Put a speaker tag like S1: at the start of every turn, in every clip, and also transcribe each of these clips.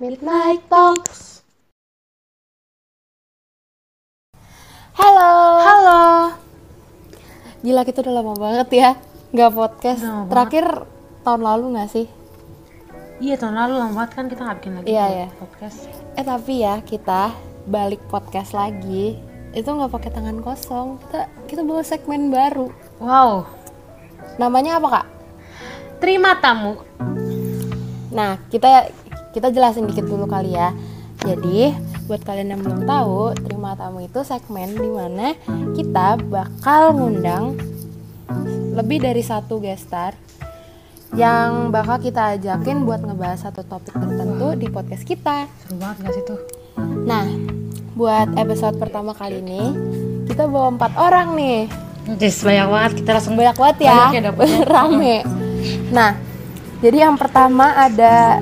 S1: Midnight Talks.
S2: Halo.
S1: Halo.
S2: Gila kita udah lama banget ya nggak podcast.
S1: Lama banget.
S2: Terakhir tahun lalu nggak sih?
S1: Iya tahun lalu lama banget kan kita nggak bikin lagi
S2: Iya,
S1: pod-
S2: iya.
S1: podcast.
S2: Eh tapi ya kita balik podcast lagi. Itu nggak pakai tangan kosong. Kita kita bawa segmen baru.
S1: Wow.
S2: Namanya apa kak?
S1: Terima tamu.
S2: Nah kita kita jelasin dikit dulu kali ya. Jadi buat kalian yang belum tahu, terima tamu itu segmen dimana kita bakal ngundang lebih dari satu guest star yang bakal kita ajakin buat ngebahas satu topik tertentu di podcast kita.
S1: Seru banget nggak sih tuh?
S2: Nah, buat episode pertama kali ini kita bawa empat orang nih,
S1: Jis banyak banget kita langsung
S2: banyak banget ya,
S1: Banyak ya dapetnya.
S2: rame. Nah, jadi yang pertama ada,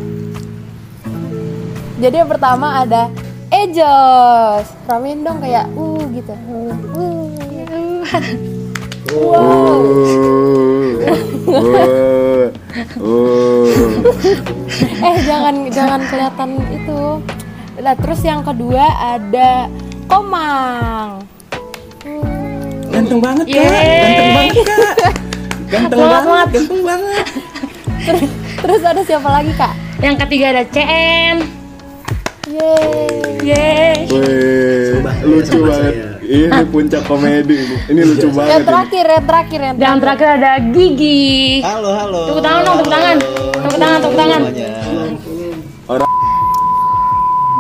S2: jadi yang pertama ada Ejos, ramein dong kayak uh gitu. Uh. eh jangan jangan kelihatan itu nah terus yang kedua ada komang
S3: Ganteng banget kak, ganteng banget kak, ganteng banget, ganteng banget.
S2: terus ada siapa lagi kak
S1: Yang ketiga ada CN.
S2: yeay
S1: Yeay.
S4: Weh,
S3: Sumpah,
S4: lucu
S3: iya, sumpah
S4: banget.
S3: saya. Iya,
S4: Ini puncak komedi. ini. Ini lucu
S2: yang
S4: banget. ini.
S2: terakhir yang terakhir yang
S1: Dan
S2: terakhir
S1: terakhir ada Gigi.
S3: Halo halo.
S1: Tepuk tangan dong, tepuk tangan. Tepuk tangan, tepuk tangan.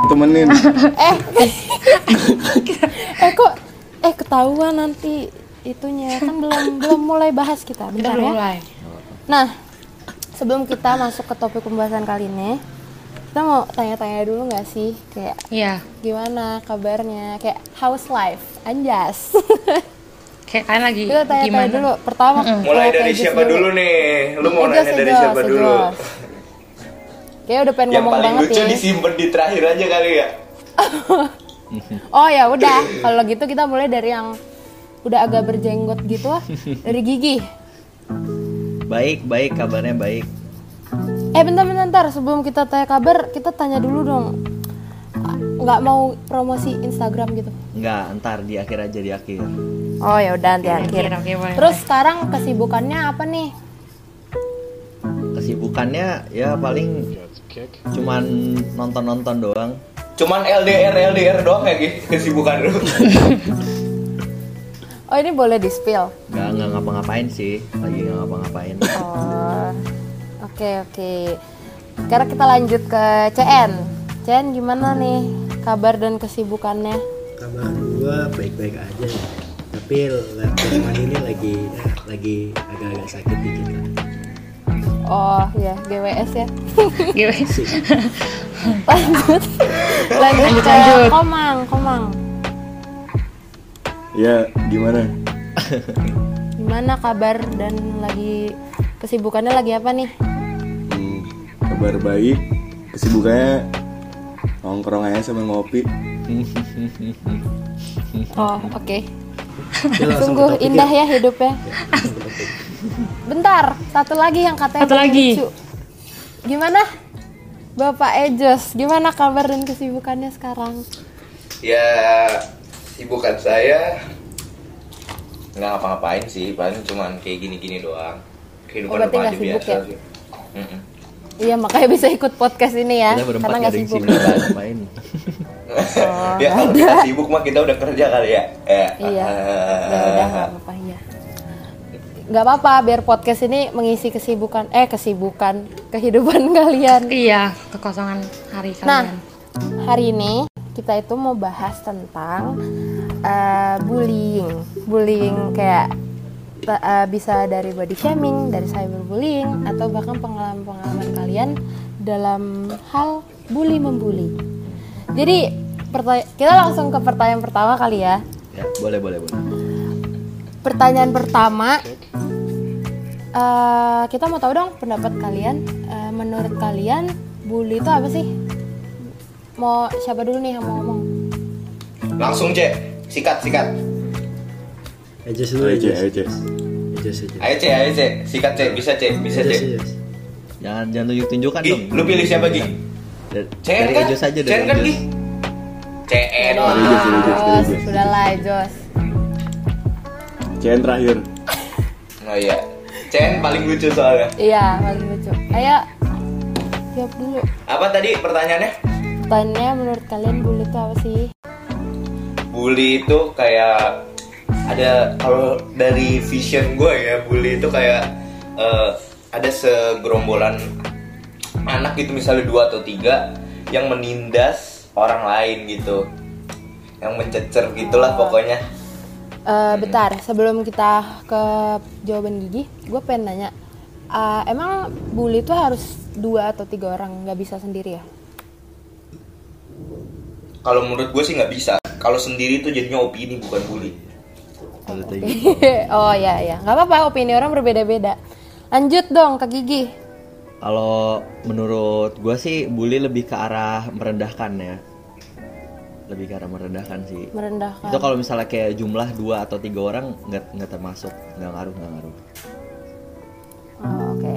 S4: Temenin.
S2: eh eh kok eh ketahuan nanti itunya kan belum belum mulai bahas kita
S1: Kita
S2: bentar ya
S1: belum mulai.
S2: Nah, sebelum kita masuk ke topik pembahasan kali ini, kita mau tanya-tanya dulu nggak sih, kayak
S1: Iya.
S2: gimana kabarnya, kayak house life, anjas.
S1: Kayak kalian lagi
S2: kita
S1: gimana?
S2: tanya-tanya dulu. Pertama,
S5: Mulai
S2: ke
S5: dari
S2: Ejus
S5: siapa dulu nih? Lu mau
S2: Ejus,
S5: nanya dari
S2: Ejus,
S5: siapa dulu?
S2: Ejus. Kayaknya udah pengen
S5: Yang
S2: ngomong
S5: paling
S2: banget
S5: lucu
S2: ya.
S5: disimpan di terakhir aja kali ya.
S2: Oh ya udah, kalau gitu kita mulai dari yang udah agak berjenggot gitu lah, dari gigi.
S3: Baik baik kabarnya baik.
S2: Eh bentar bentar, bentar. sebelum kita tanya kabar, kita tanya dulu dong. Nggak mau promosi Instagram gitu.
S3: Enggak, ntar di akhir aja di akhir.
S2: Oh ya udah nanti
S1: Oke,
S2: akhir.
S1: oke, boleh.
S2: Terus sekarang kesibukannya apa nih?
S3: Kesibukannya ya paling cuman nonton nonton doang.
S5: Cuman LDR LDR doang ya Gi, kesibukan lu.
S2: Oh ini boleh di spill.
S3: Enggak nggak ngapa-ngapain sih, lagi nggak ngapa-ngapain.
S2: Oh. Oke oke. Sekarang kita lanjut ke CN. CN gimana nih kabar dan kesibukannya?
S6: kabar gua baik-baik aja tapi belakangan ini lagi lagi agak-agak sakit dikit lah.
S2: Oh ya GWS ya.
S1: Gimana?
S2: lanjut. lanjut.
S1: Lanjut,
S2: ke
S1: lanjut.
S2: Komang, Komang.
S4: Ya, gimana?
S2: Gimana kabar dan lagi kesibukannya lagi apa nih?
S4: Hmm, kabar baik. Kesibukannya nongkrong aja sama ngopi.
S2: Oh oke.
S6: Dia langsung ke
S2: Sungguh
S6: topik
S2: indah
S6: ya.
S2: ya hidupnya. Bentar, satu lagi yang katanya
S1: Satu
S2: paling
S1: lagi.
S2: lucu. Gimana? Bapak Ejos, gimana kabar dan kesibukannya sekarang?
S5: ya sibukan saya nggak ngapa-ngapain sih, paling cuman kayak gini-gini doang.
S2: Oh,
S5: Kehidupan
S2: berarti
S5: remaja
S2: nggak sibuk
S5: biasa
S2: ya?
S5: sih. Mm-mm.
S2: Iya, makanya bisa ikut podcast ini ya.
S3: Kita berempat
S2: karena
S3: nggak
S2: nggak
S3: ada yang
S2: sibuk. Oh,
S3: sibuk nggak ngapain.
S5: ya kalau kita sibuk mah kita udah kerja kali ya. Eh,
S2: Iya.
S5: eh,
S2: Ya udah nggak apa-apa ya. Nggak apa-apa, biar podcast ini mengisi kesibukan eh kesibukan kehidupan kalian.
S1: Iya, kekosongan hari
S2: Nah,
S1: kalian.
S2: hari ini kita itu mau bahas tentang eh, bullying. Bullying kayak ta- eh, bisa dari body shaming, dari cyberbullying atau bahkan pengalaman-pengalaman kalian dalam hal bully membuli. Jadi, pertanya- kita langsung ke pertanyaan pertama kali ya.
S3: Ya, boleh boleh boleh.
S2: Pertanyaan
S4: Hmm.
S2: pertama eh, kita mau tahu dong pendapat kalian. Eh, menurut kalian bully itu apa sih? Mau siapa dulu nih yang mau ngomong?
S5: Langsung cek, sikat sikat.
S6: Ejus dulu
S3: Iya,
S4: Ayo, Cek, ayo,
S6: Ejus
S4: Cek.
S6: Ejus Ejus.
S5: Ayo cek, ayo cek, sikat cek, bisa cek, bisa
S6: Ejus
S5: cek.
S6: Ejus.
S3: Jangan jangan tunjuk tunjukkan
S5: Gi,
S3: dong.
S5: lu pilih siapa Gi?
S6: Dari,
S5: CN
S6: dari
S5: kan?
S6: Ejos aja dari
S5: CN kan,
S6: Ejos.
S5: Gi? CN.
S4: Dari Eh, Jos, dari Jos, dari Jos.
S2: sudah lah Jos
S4: Cian terakhir.
S5: Oh iya. CN paling lucu soalnya.
S2: iya paling lucu ayo siap dulu
S5: Apa tadi pertanyaannya?
S2: Pertanyaannya menurut kalian bully itu apa sih
S5: bully itu kayak ada kalau dari vision gue ya bully itu kayak eh, ada segerombolan anak gitu misalnya dua atau tiga yang menindas orang lain gitu yang mencecer gitulah pokoknya
S2: Eh, bentar sebelum kita ke jawaban gigi gue pengen nanya eh, emang bully itu harus dua atau tiga orang nggak bisa sendiri ya
S5: kalau menurut gue sih nggak bisa kalau sendiri itu jadinya opini bukan bully
S1: Hmm,
S6: Kalau tadi
S2: oh ya ya nggak apa-apa opini orang berbeda-beda lanjut dong ke gigi
S6: Kalau menurut gue sih bully lebih ke arah merendahkan ya. Lebih ke arah merendahkan sih.
S2: merendahkan
S6: Itu kalau misalnya kayak jumlah dua atau tiga orang nggak nggak termasuk nggak ngaruh nggak ngaruh.
S2: Oh, oke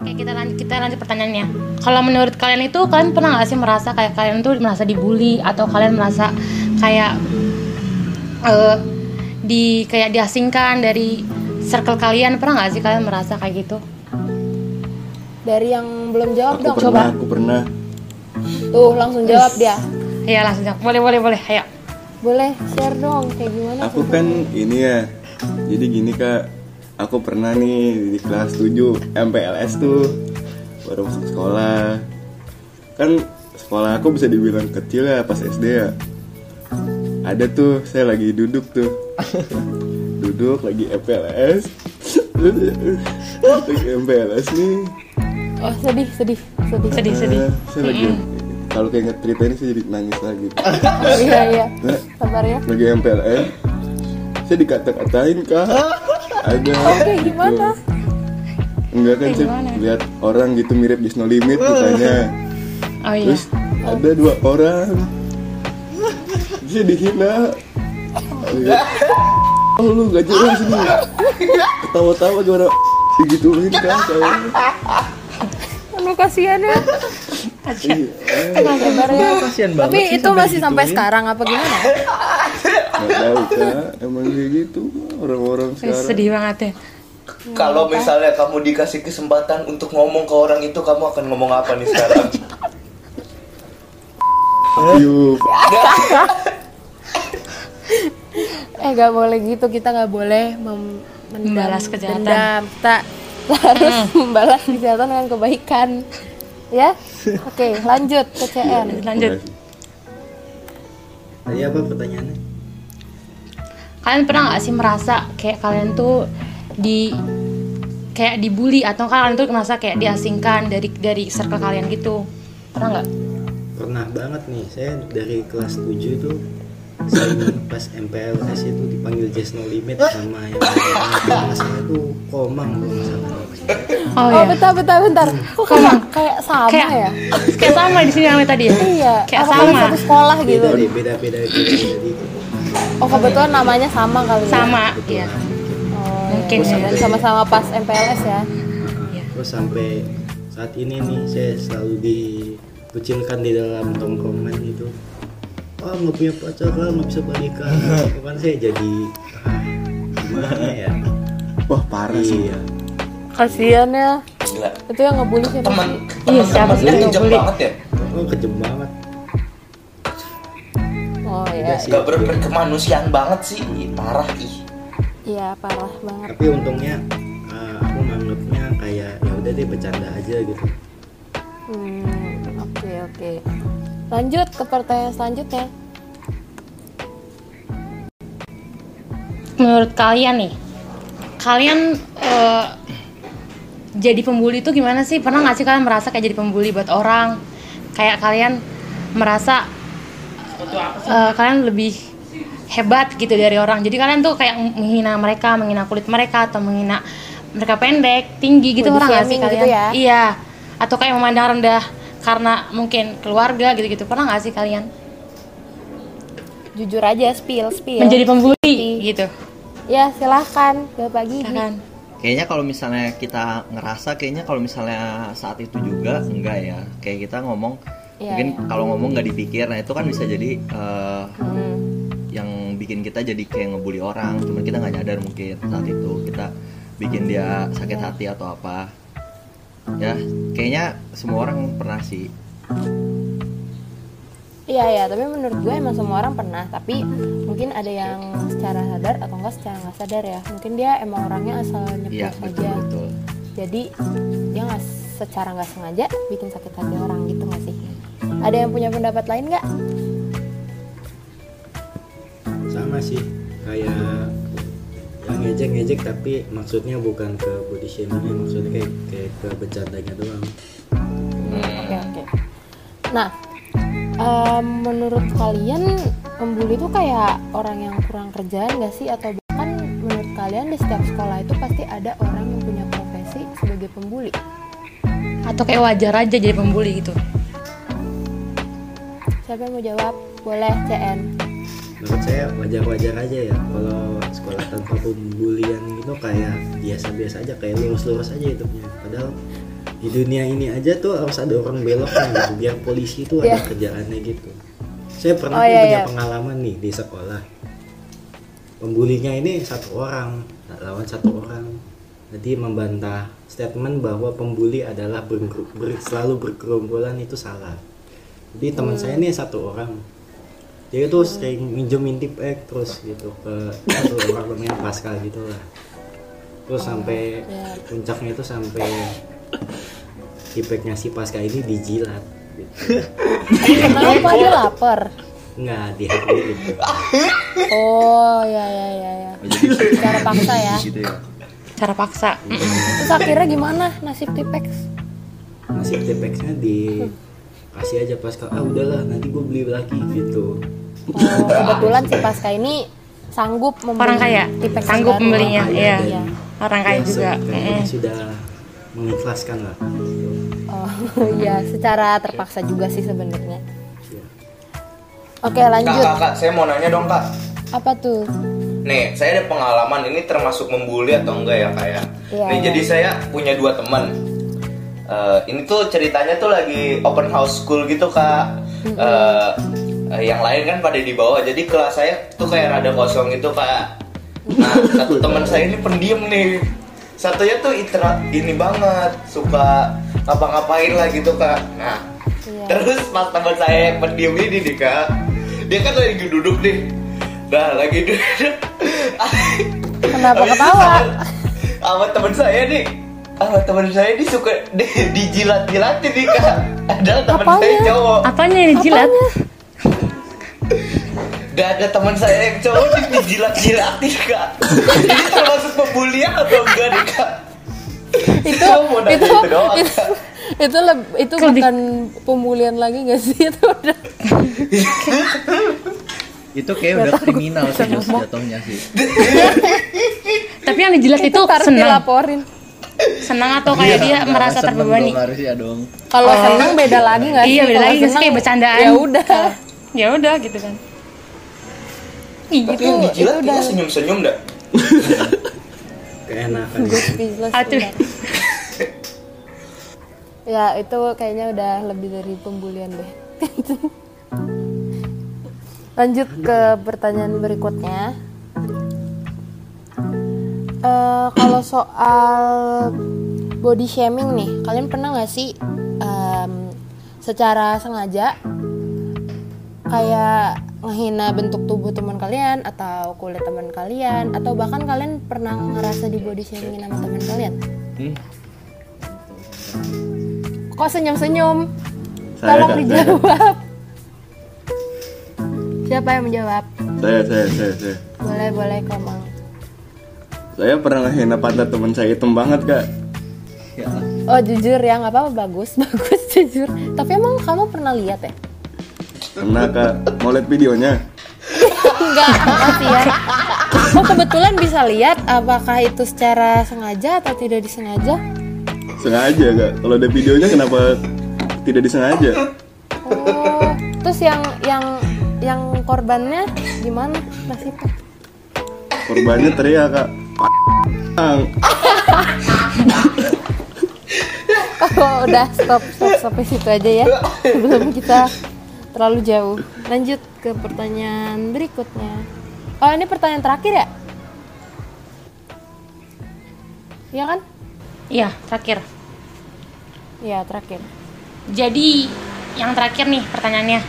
S1: Oke kita lanjut kita lanjut pertanyaannya. Kalau menurut kalian itu kalian pernah nggak sih merasa kayak kalian tuh merasa dibully atau kalian merasa kayak eh, di kayak diasingkan dari circle kalian pernah nggak sih kalian merasa kayak gitu?
S2: dari yang belum jawab
S4: Aku
S2: dong
S4: pernah, aku pernah.
S2: tuh langsung jawab dia
S1: Iya langsung jawab. boleh boleh boleh ayo.
S2: boleh share dong kayak gimana
S4: Aku kan ini ya. Jadi gini kak, aku pernah nih di kelas 7 MPLS tuh baru masuk sekolah. Kan sekolah aku bisa dibilang kecil ya pas SD ya. Ada tuh saya lagi duduk tuh. duduk lagi MPLS. lagi MPLS nih.
S2: oh sedih sedih sedih
S1: Sedih sedih.
S4: Ah, Saya lagi kalau kayak ngecerita ini saya jadi nangis lagi.
S2: iya iya sabar ya
S4: lagi MPLS. Saya dikata-katain kak. Ada.
S2: Oke, gimana?
S4: Enggak kan sih lihat orang gitu mirip Just No Limit
S2: Iya.
S4: mukanya.
S1: Oh iya.
S4: Terus ada dua orang. Dia dihina. Lihat. Oh lu gak jelas sini. Ketawa-tawa gimana digituin kan kawan.
S2: Lu kasihan ya.
S4: Iya.
S2: Sabar ya.
S6: Kasian banget
S2: Tapi
S6: sih
S2: itu masih sampai sekarang apa gimana?
S4: Gak tahu kak. Emang kayak gitu orang-orang
S1: Wih,
S4: sekarang.
S1: sedih banget ya.
S5: kalau misalnya kamu dikasih kesempatan untuk ngomong ke orang itu kamu akan ngomong apa nih sekarang
S4: Yuk.
S2: Eh gak boleh gitu, kita gak boleh mem- mendam-
S1: Membalas kejahatan.
S2: dendam. Kita harus membalas kejahatan dengan kebaikan. Ya? Oke, lanjut ke CN.
S1: Lanjut.
S6: Tadi apa pertanyaannya?
S1: Kalian pernah nggak sih merasa kayak kalian tuh di kayak dibully atau kalian tuh merasa kayak diasingkan dari dari circle kalian gitu? Pernah nggak?
S6: Pernah banget nih saya dari kelas 7 tuh sering pas MPLS itu dipanggil Just No Limit sama yang lain. Saya tuh komang kalau nggak salah.
S1: Oh,
S2: Oh,
S1: iya.
S2: bentar, bentar, bentar. Kok kayak, kayak sama
S1: kayak
S2: ya?
S1: kayak sama di sini sama tadi ya
S2: Iya,
S1: kayak
S2: apa kalian
S1: sama
S2: satu sekolah gitu?
S6: Beda deh, beda beda beda beda dikit.
S2: Oh, kebetulan namanya sama kali ya?
S1: sama iya
S2: Oh,
S1: Mungkin
S2: iya.
S1: ya.
S2: Dan sama-sama pas MPLS ya?
S6: Terus sampai saat ini nih saya selalu dikucilkan di dalam tongkrongan gitu. Oh nggak punya pacar lah nggak bisa balikan. Cuman saya jadi ah, gimana ya?
S4: Wah parah sih.
S6: Iya.
S2: Kasian ya.
S5: gila
S2: Itu yang ngebully siapa?
S5: teman
S2: sih?
S1: Iya,
S5: teman
S1: siapa
S5: teman
S1: sih
S5: lu
S1: yang
S5: kejam
S1: ngebully?
S5: banget ya
S6: Oh kejem banget.
S2: Oh iya.
S5: gak berkemanusiaan banget sih Ih, parah ih
S2: Iya, parah banget.
S6: Tapi untungnya eh, aku nganggapnya kayak ya udah deh bercanda aja gitu.
S2: Hmm, oke oke. Lanjut ke pertanyaan selanjutnya.
S1: menurut kalian nih kalian eh, jadi pembuli itu gimana sih pernah nggak sih kalian merasa kayak jadi pembuli buat orang kayak kalian merasa eh, kalian lebih hebat gitu dari orang jadi kalian tuh kayak menghina mereka menghina kulit mereka atau menghina mereka pendek tinggi gitu
S2: Body
S1: pernah nggak sih
S2: shaming
S1: kalian
S2: gitu ya?
S1: iya atau kayak memandang rendah karena mungkin keluarga gitu-gitu pernah nggak sih kalian
S2: Jujur aja spill spill.
S1: menjadi pembuli gitu Iya
S2: Ya
S1: kan?
S2: silahkan Bapak Gigi.
S1: Silakan.
S7: kayaknya kalau misalnya kita ngerasa kayaknya kalau misalnya saat itu juga enggak ya kayak kita ngomong
S2: Iya,
S7: mungkin
S2: iya.
S7: kalau ngomong nggak dipikir nah itu kan bisa jadi eh,
S2: Hmm.
S7: yang bikin kita jadi kayak ngebully orang cuman kita nggak nyadar mungkin saat itu kita bikin dia sakit
S2: Iya.
S7: hati atau apa ya kayaknya semua orang pernah sih
S2: Iya ya, tapi menurut gue emang semua orang pernah. Tapi mungkin ada yang secara sadar atau enggak secara nggak sadar ya. Mungkin dia emang orangnya asal nyebut
S7: iya betul
S2: aja.
S7: betul
S2: Jadi dia nggak secara nggak sengaja bikin sakit hati orang gitu nggak sih? Ada yang punya pendapat lain nggak?
S6: sama sih kayak yang ngejek-ngejek tapi maksudnya bukan ke body shamingnya maksudnya kayak, kayak ke bercandanya doang
S2: Oke oke. Nah, em, menurut kalian pembuli itu kayak orang yang kurang kerjaan gak sih? Atau bahkan menurut kalian di setiap sekolah itu pasti ada orang yang punya profesi sebagai pembuli?
S1: atau kayak wajar aja jadi pembuli gitu
S2: Siapa yang mau jawab? Boleh CN.
S6: menurut saya wajar-wajar aja ya kalau sekolah tanpa pembulian itu kayak biasa-biasa aja kayak lurus-lurus aja hidupnya padahal di dunia ini aja tuh harus ada orang beloknya gitu biar polisi itu ada
S2: Iya.
S6: kerjaannya gitu saya
S2: Oh,
S6: pernah nih
S2: iya,
S6: punya
S2: iya.
S6: pengalaman nih di sekolah pembulinya ini satu orang lawan satu orang jadi membantah statement bahwa pembuli adalah bergeru- ber- selalu berkerombolan itu salah jadi teman saya ini satu orang dia tuh sering minjemin tip ek terus gitu ke satu orang pemain Pascal gitu lah terus sampai puncaknya itu sampai tipeknya si Pascal ini dijilat gitu.
S2: Kenapa dia lapar?
S6: nggak dihabisin gitu.
S2: Oh ya ya ya ya. Secara paksa ya.
S7: gitu ya
S1: cara paksa
S2: Terus akhirnya gimana nasib Tipex?
S6: nasib tipeknya di kasih aja Pascal ah udahlah nanti gue beli lagi gitu
S2: Oh, kebetulan si Pasca ini sanggup membeli
S1: Orang kaya,
S2: Tipex
S1: sanggup
S2: baru.
S1: membelinya,
S6: Orang kaya
S1: iya.
S6: dan gitu
S1: Orang kaya
S6: yang
S1: juga, eh. Iya.
S6: kayaknya
S1: mm-mm.
S6: sudah mengikhlaskan lah
S2: Oh iya, secara terpaksa juga sih sebenarnya.
S6: Iya.
S2: Oke
S5: Kak,
S2: lanjut,
S5: kak, kak, saya mau nanya dong kak.
S2: apa tuh?
S5: Nih, saya ada pengalaman ini termasuk membuli atau enggak ya kak ya?
S2: Iya,
S5: Nih,
S2: iya.
S5: jadi saya punya dua teman. Eh, ini tuh ceritanya tuh lagi open house school gitu kak. Eh, eh, yang lain kan pada di bawah, jadi kelas saya tuh kayak rada kosong gitu kak. Nah, satu teman saya ini pendiam nih. Satunya tuh itra ini banget, suka ngapa-ngapain lah gitu kak. Nah,
S2: Iya.
S5: terus pas teman saya yang pendiam ini nih kak, dia kan lagi duduk nih. Nah, lagi duduk.
S2: Kenapa
S5: Habis itu
S2: ketawa?
S5: sama- Sama teman saya nih. Sama teman saya nih suka di- dijilat-jilatin nih kak. Ada teman saya
S2: Apanya?
S5: cowok.
S1: apanya yang dijilat
S5: Gak ada teman saya yang cowok nih dijilat-jilatin kak. Ini termasuk pembulian atau enggak nih kak?
S2: Itu
S5: Gua mau nanya
S2: itu
S5: itu doang.
S2: itu itu, leb- itu
S1: Kelebih.
S2: bukan pemulihan lagi gak sih itu udah
S7: itu kayak udah kriminal sih Jus, jatuhnya sih
S1: tapi yang dijilat itu
S2: ntar
S1: senang
S2: dilaporin.
S1: senang atau kayak
S7: Iya,
S1: dia
S7: nggak
S1: merasa
S7: seneng
S1: terbebani
S7: dong, harusnya dong
S2: Kalau senang beda lagi gak sih?
S1: Oh. Iya, beda
S2: Kalau
S1: lagi nggak sih?
S2: seneng,
S1: Kayak bercandaan.
S2: Ya udah.
S1: ya udah gitu kan Ih,
S5: Tapi
S1: gitu
S5: yang
S2: itu
S5: dijilat dia
S2: ya udah-
S5: senyum-senyum dah.
S6: keenakan
S2: Good business.
S1: Aduh.
S2: udah. Ya itu kayaknya udah lebih dari pembulian deh. Lanjut ke pertanyaan berikutnya. Eh, kalau soal body shaming nih, kalian pernah nggak sih em, secara sengaja kayak ngehina bentuk tubuh teman kalian atau kulit teman kalian atau bahkan kalian pernah ngerasa di body shaming sama teman kalian?
S7: Hmm.
S2: Kok senyum-senyum?
S4: Saya,
S2: Tolong
S4: Kak,
S2: dijawab. Siapa yang menjawab?
S4: saya saya saya saya
S2: Boleh boleh komang.
S4: saya pernah ngehina pantat teman saya hitam banget kak
S7: ya
S2: Oh jujur ya nggak apa-apa bagus bagus jujur. Tapi emang kamu pernah lihat ya?
S4: pernah kak mau lihat videonya
S2: Enggak makasih ya. Oh kebetulan bisa lihat apakah itu secara sengaja atau tidak disengaja?
S4: sengaja kak kalau ada videonya kenapa tidak disengaja
S2: Oh terus yang yang yang korbannya gimana nasibnya?
S4: korbannya teriak kak "P***ang."
S2: Oh, udah stop stop sampai situ aja ya. Sebelum kita terlalu jauh. Lanjut ke pertanyaan berikutnya. Oh, ini pertanyaan terakhir ya? Iya kan?
S1: Iya, terakhir.
S2: Iya, terakhir.
S1: Jadi yang terakhir nih pertanyaannya.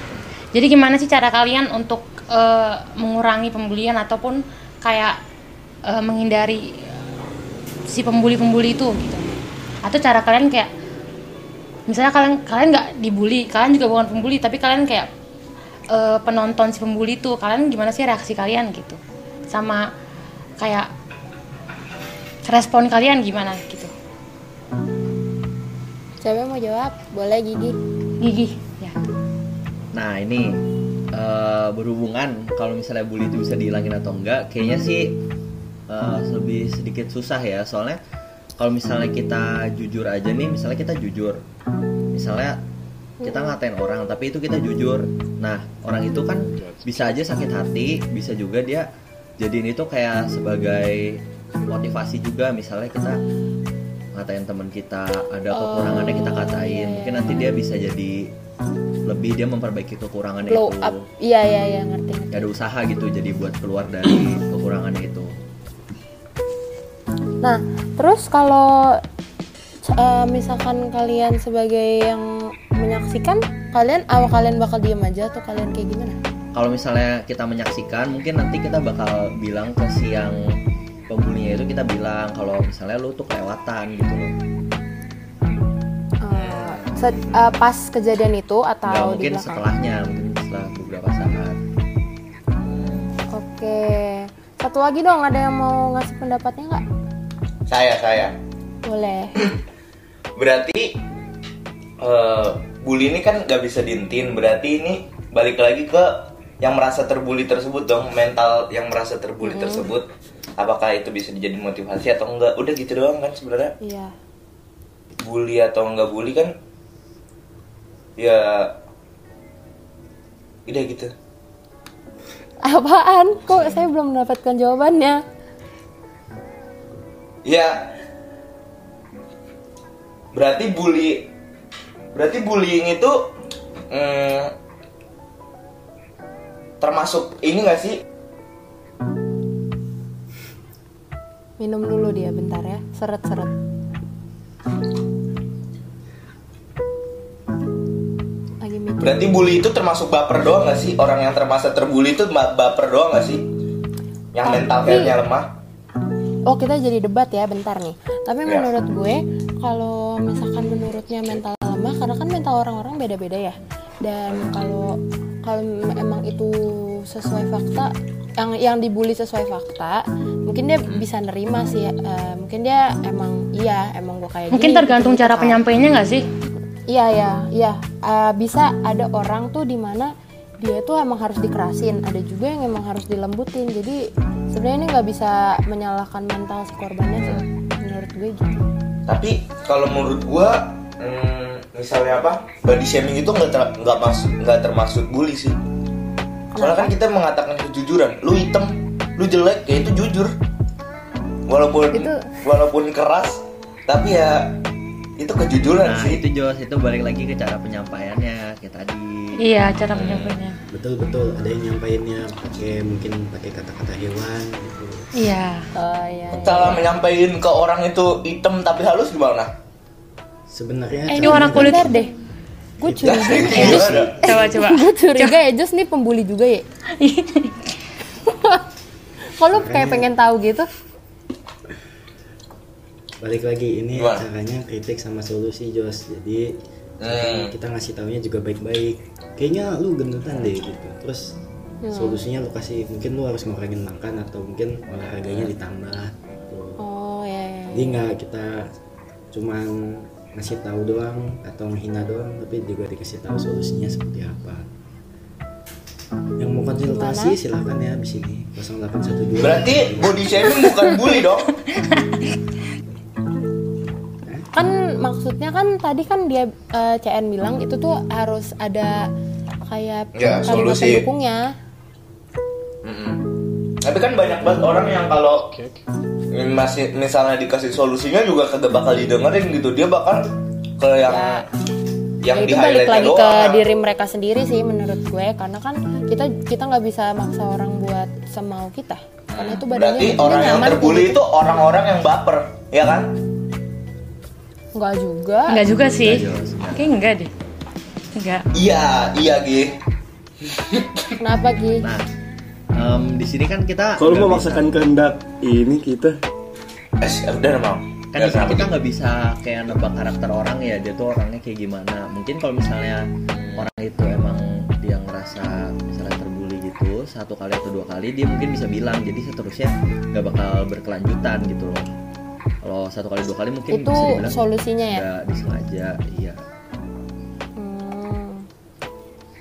S1: Jadi gimana sih cara kalian untuk eh, mengurangi pembulian ataupun kayak eh, menghindari si pembuli-pembuli itu gitu? Atau cara kalian kayak misalnya kalian kalian nggak dibully, kalian juga bukan pembuli, tapi kalian kayak eh, penonton si pembuli itu, kalian gimana sih reaksi kalian gitu? Sama kayak respon kalian gimana gitu?
S2: Siapa yang mau jawab? Boleh Gigi.
S1: Gigi, ya.
S7: Nah ini eh, berhubungan kalau misalnya bully itu bisa dihilangin atau enggak, kayaknya sih eh, lebih sedikit susah ya soalnya kalau misalnya kita jujur aja nih, misalnya kita jujur, misalnya kita ngatain orang tapi itu kita jujur, nah orang itu kan bisa aja sakit hati, bisa juga dia jadiin itu kayak sebagai motivasi juga misalnya kita ngatain teman kita ada
S2: Oh,
S7: kekurangannya kita katain
S2: iya,
S7: mungkin nanti dia bisa jadi lebih dia memperbaiki kekurangannya
S2: Blow
S7: itu
S2: up. Iya, iya, iya, ngerti.
S7: gak ada usaha gitu jadi buat keluar dari kekurangannya itu
S2: Nah, terus kalau eh, misalkan kalian sebagai yang menyaksikan, kalian awal kalian bakal diem aja atau kalian kayak gimana?
S7: kalau misalnya kita menyaksikan mungkin nanti kita bakal bilang ke si yang pembulinya itu kita bilang kalau misalnya lu tuh kelewatan gitu loh
S2: Eh, se- eh, pas kejadian itu
S7: nggak
S2: atau di
S7: mungkin
S2: belakang?
S7: setelahnya mungkin setelah beberapa saat
S2: Oke. Satu lagi dong, ada yang mau ngasih pendapatnya nggak?
S5: Saya saya.
S2: Boleh.
S5: berarti eh bully ini kan gak bisa dihentiin berarti ini balik lagi ke yang merasa terbully tersebut dong mental yang merasa terbully
S2: Hmm.
S5: tersebut apakah itu bisa dijadiin motivasi atau enggak udah gitu doang kan sebenarnya
S2: Iya.
S5: bully atau enggak bully kan ya udah gitu
S2: Apaan? Kok saya belum mendapatkan jawabannya?
S5: ya berarti bully berarti bullying itu mm, termasuk ini gak sih
S2: Minum dulu dia bentar ya. Seret-seret. Lagi mikir.
S5: Berarti bully itu termasuk baper doang gak sih? Orang yang termasuk terbully itu ma- baper doang gak sih? Yang mental health-nya lemah.
S2: Oh kita jadi debat ya bentar nih. Tapi
S5: Ya.
S2: menurut gue kalau misalkan menurutnya mental lemah karena kan mental orang-orang beda-beda ya. Dan kalau kalau emang itu sesuai fakta yang yang dibully sesuai fakta mungkin dia bisa nerima sih eh, mungkin dia emang iya emang gue kayak
S1: Mungkin
S2: gini,
S1: tergantung
S2: gitu-gitu
S1: cara
S2: kan.
S1: penyampaiannya nggak sih?
S2: Iya ya, iya. Eh, bisa ada orang tuh dimana dia tuh emang harus dikerasin, ada juga yang emang harus dilembutin. Jadi sebenarnya ini nggak bisa menyalahkan mental si korbannya sih, menurut gue gitu.
S5: Tapi kalau menurut gua hmm, misalnya apa? Body shaming itu nggak ter- nggak masuk nggak termasuk bully sih. Karena kan kita mengatakan kejujuran. Lu hitam, lu jelek, ya itu jujur. Walaupun
S2: Itu-
S5: walaupun keras, tapi ya itu kejujuran
S7: nah
S5: sih.
S7: itu Jos itu balik lagi ke cara penyampaiannya kayak tadi
S1: Iya, cara penyampaiannya.
S6: betul betul ada yang nyampainnya pakai mungkin pakai kata-kata hewan gitu
S1: Iya.
S2: Oh iya. iya.
S5: Cara menyampaikan ke orang itu hitam tapi halus gimana?
S6: sebenarnya
S1: Eh, ini
S6: caranya
S1: orang
S6: kan-
S1: kulit
S2: Bentar deh, gue
S7: Iya,
S5: Iya
S2: curiga.
S5: Gimana?
S1: Coba coba.
S2: gue curiga ya, Jos nih pembuli juga ya. Kok lu kayak pengen tahu gitu?
S6: balik lagi ini
S5: Gimana?
S6: caranya kritik sama solusi Jos jadi
S5: Hmm.
S6: kita ngasih taunya juga baik-baik kayaknya lu gendutan deh gitu terus solusinya lu kasih mungkin lu harus ngurangin makan atau mungkin olahraganya
S5: Hmm.
S6: ditambah gitu.
S2: Oh iya. iya.
S6: jadi nggak kita cuman ngasih tahu doang atau menghina doang tapi juga dikasih tahu solusinya seperti apa yang mau konsultasi silahkan ya di sini 0812
S5: Berarti body shaming bukan bully dong.
S2: kan maksudnya kan tadi kan dia eh, CN bilang itu tuh harus ada kayak
S5: Ya,
S2: kalimat
S5: solusi.
S2: pendukungnya
S5: Tapi kan banyak banget orang yang kalau masih misalnya dikasih solusinya juga kagak bakal didengerin gitu dia bakal ke yang
S2: Ya.
S5: yang
S2: Ya,
S5: di
S2: itu balik
S5: highlight
S2: lagi
S5: doang
S2: ke diri mereka sendiri sih menurut gue karena kan kita kita nggak bisa maksa orang buat semau kita karena itu badannya
S5: berarti
S2: dia
S5: orang yang
S2: nyaman gitu.
S5: terbully itu orang-orang yang baper ya kan
S2: nggak juga
S1: Enggak juga sih. Kayaknya enggak deh. Enggak.
S5: iya iya gih
S2: kenapa Gi?
S7: Nah, em, di sini kan kita
S4: Kalau
S7: nggak
S4: mau
S7: bisa-
S4: maksakan kehendak ini kita ya
S5: eh udah mau
S7: kan di sini kita nggak bisa kayak nebak karakter orang ya dia tuh orangnya kayak gimana mungkin kalau misalnya orang itu emang dia ngerasa misalnya terbully gitu satu kali atau dua kali dia mungkin bisa bilang jadi seterusnya nggak bakal berkelanjutan gitu loh kalau satu kali dua kali mungkin
S2: itu
S7: bisa dibilang
S2: solusinya ya
S7: nggak disengaja iya
S2: Hmm.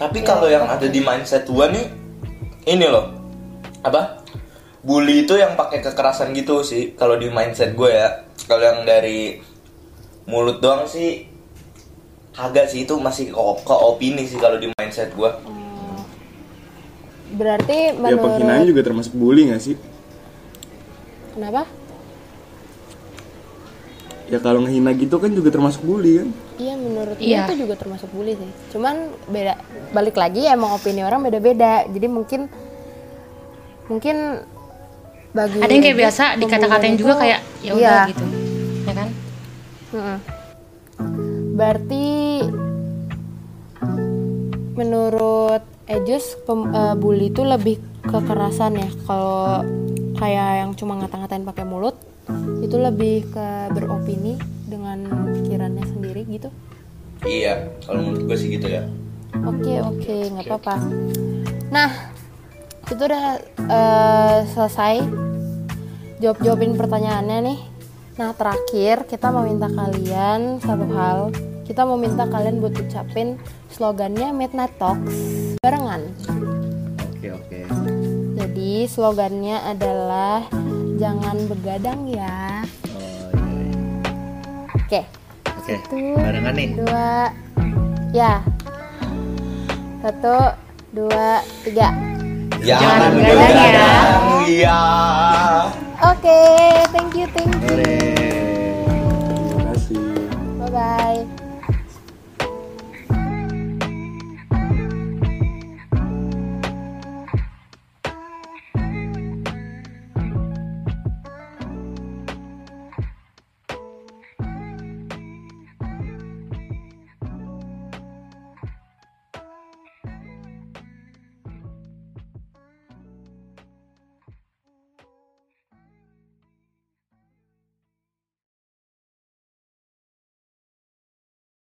S5: Tapi kalau yang ada di mindset gua nih ini loh. Apa? Bully itu yang pakai kekerasan gitu sih kalau di mindset gue ya. Kalau yang dari mulut doang sih kagak sih itu masih ke, ke opini sih kalau di mindset gua.
S2: berarti
S4: ya penghinaan
S2: menurut
S4: juga termasuk bully gak sih?
S2: kenapa
S4: Ya kalau ngehina gitu kan juga termasuk bully kan?
S2: Iya menurut gue
S1: Iya.
S2: itu juga termasuk bully sih. Cuman beda balik lagi ya emang opini orang beda-beda. Jadi mungkin mungkin bagi
S1: Ada yang kayak
S2: Ijit,
S1: biasa
S2: pembulian
S1: dikata-katain
S2: Iya,
S1: juga
S2: itu-
S1: kayak ya udah
S2: iya.
S1: gitu. Ya kan?
S2: Mm-mm. Berarti menurut Ejus pem, eh, bully itu lebih kekerasan ya kalau kayak yang cuma ngata-ngatain pakai mulut itu lebih ke beropini dengan pikirannya sendiri gitu.
S5: Iya, kalau menurut gue sih gitu ya.
S2: Oke oke nggak apa-apa. Nah itu udah eh, selesai jawab jawabin pertanyaannya nih. Nah terakhir kita mau minta kalian satu hal. Kita mau minta kalian buat ucapin slogannya Midnight Talks barengan.
S7: oke oke
S2: Jadi slogannya adalah jangan begadang ya.
S7: Oh, iya, iya.
S2: Oke
S7: oke
S2: Satu,
S7: barengan nih
S2: dua ya satu dua tiga.
S5: Jangan
S1: begadang ya.
S5: begadang ya.
S2: Oke, thank you, thank you.
S7: Sore.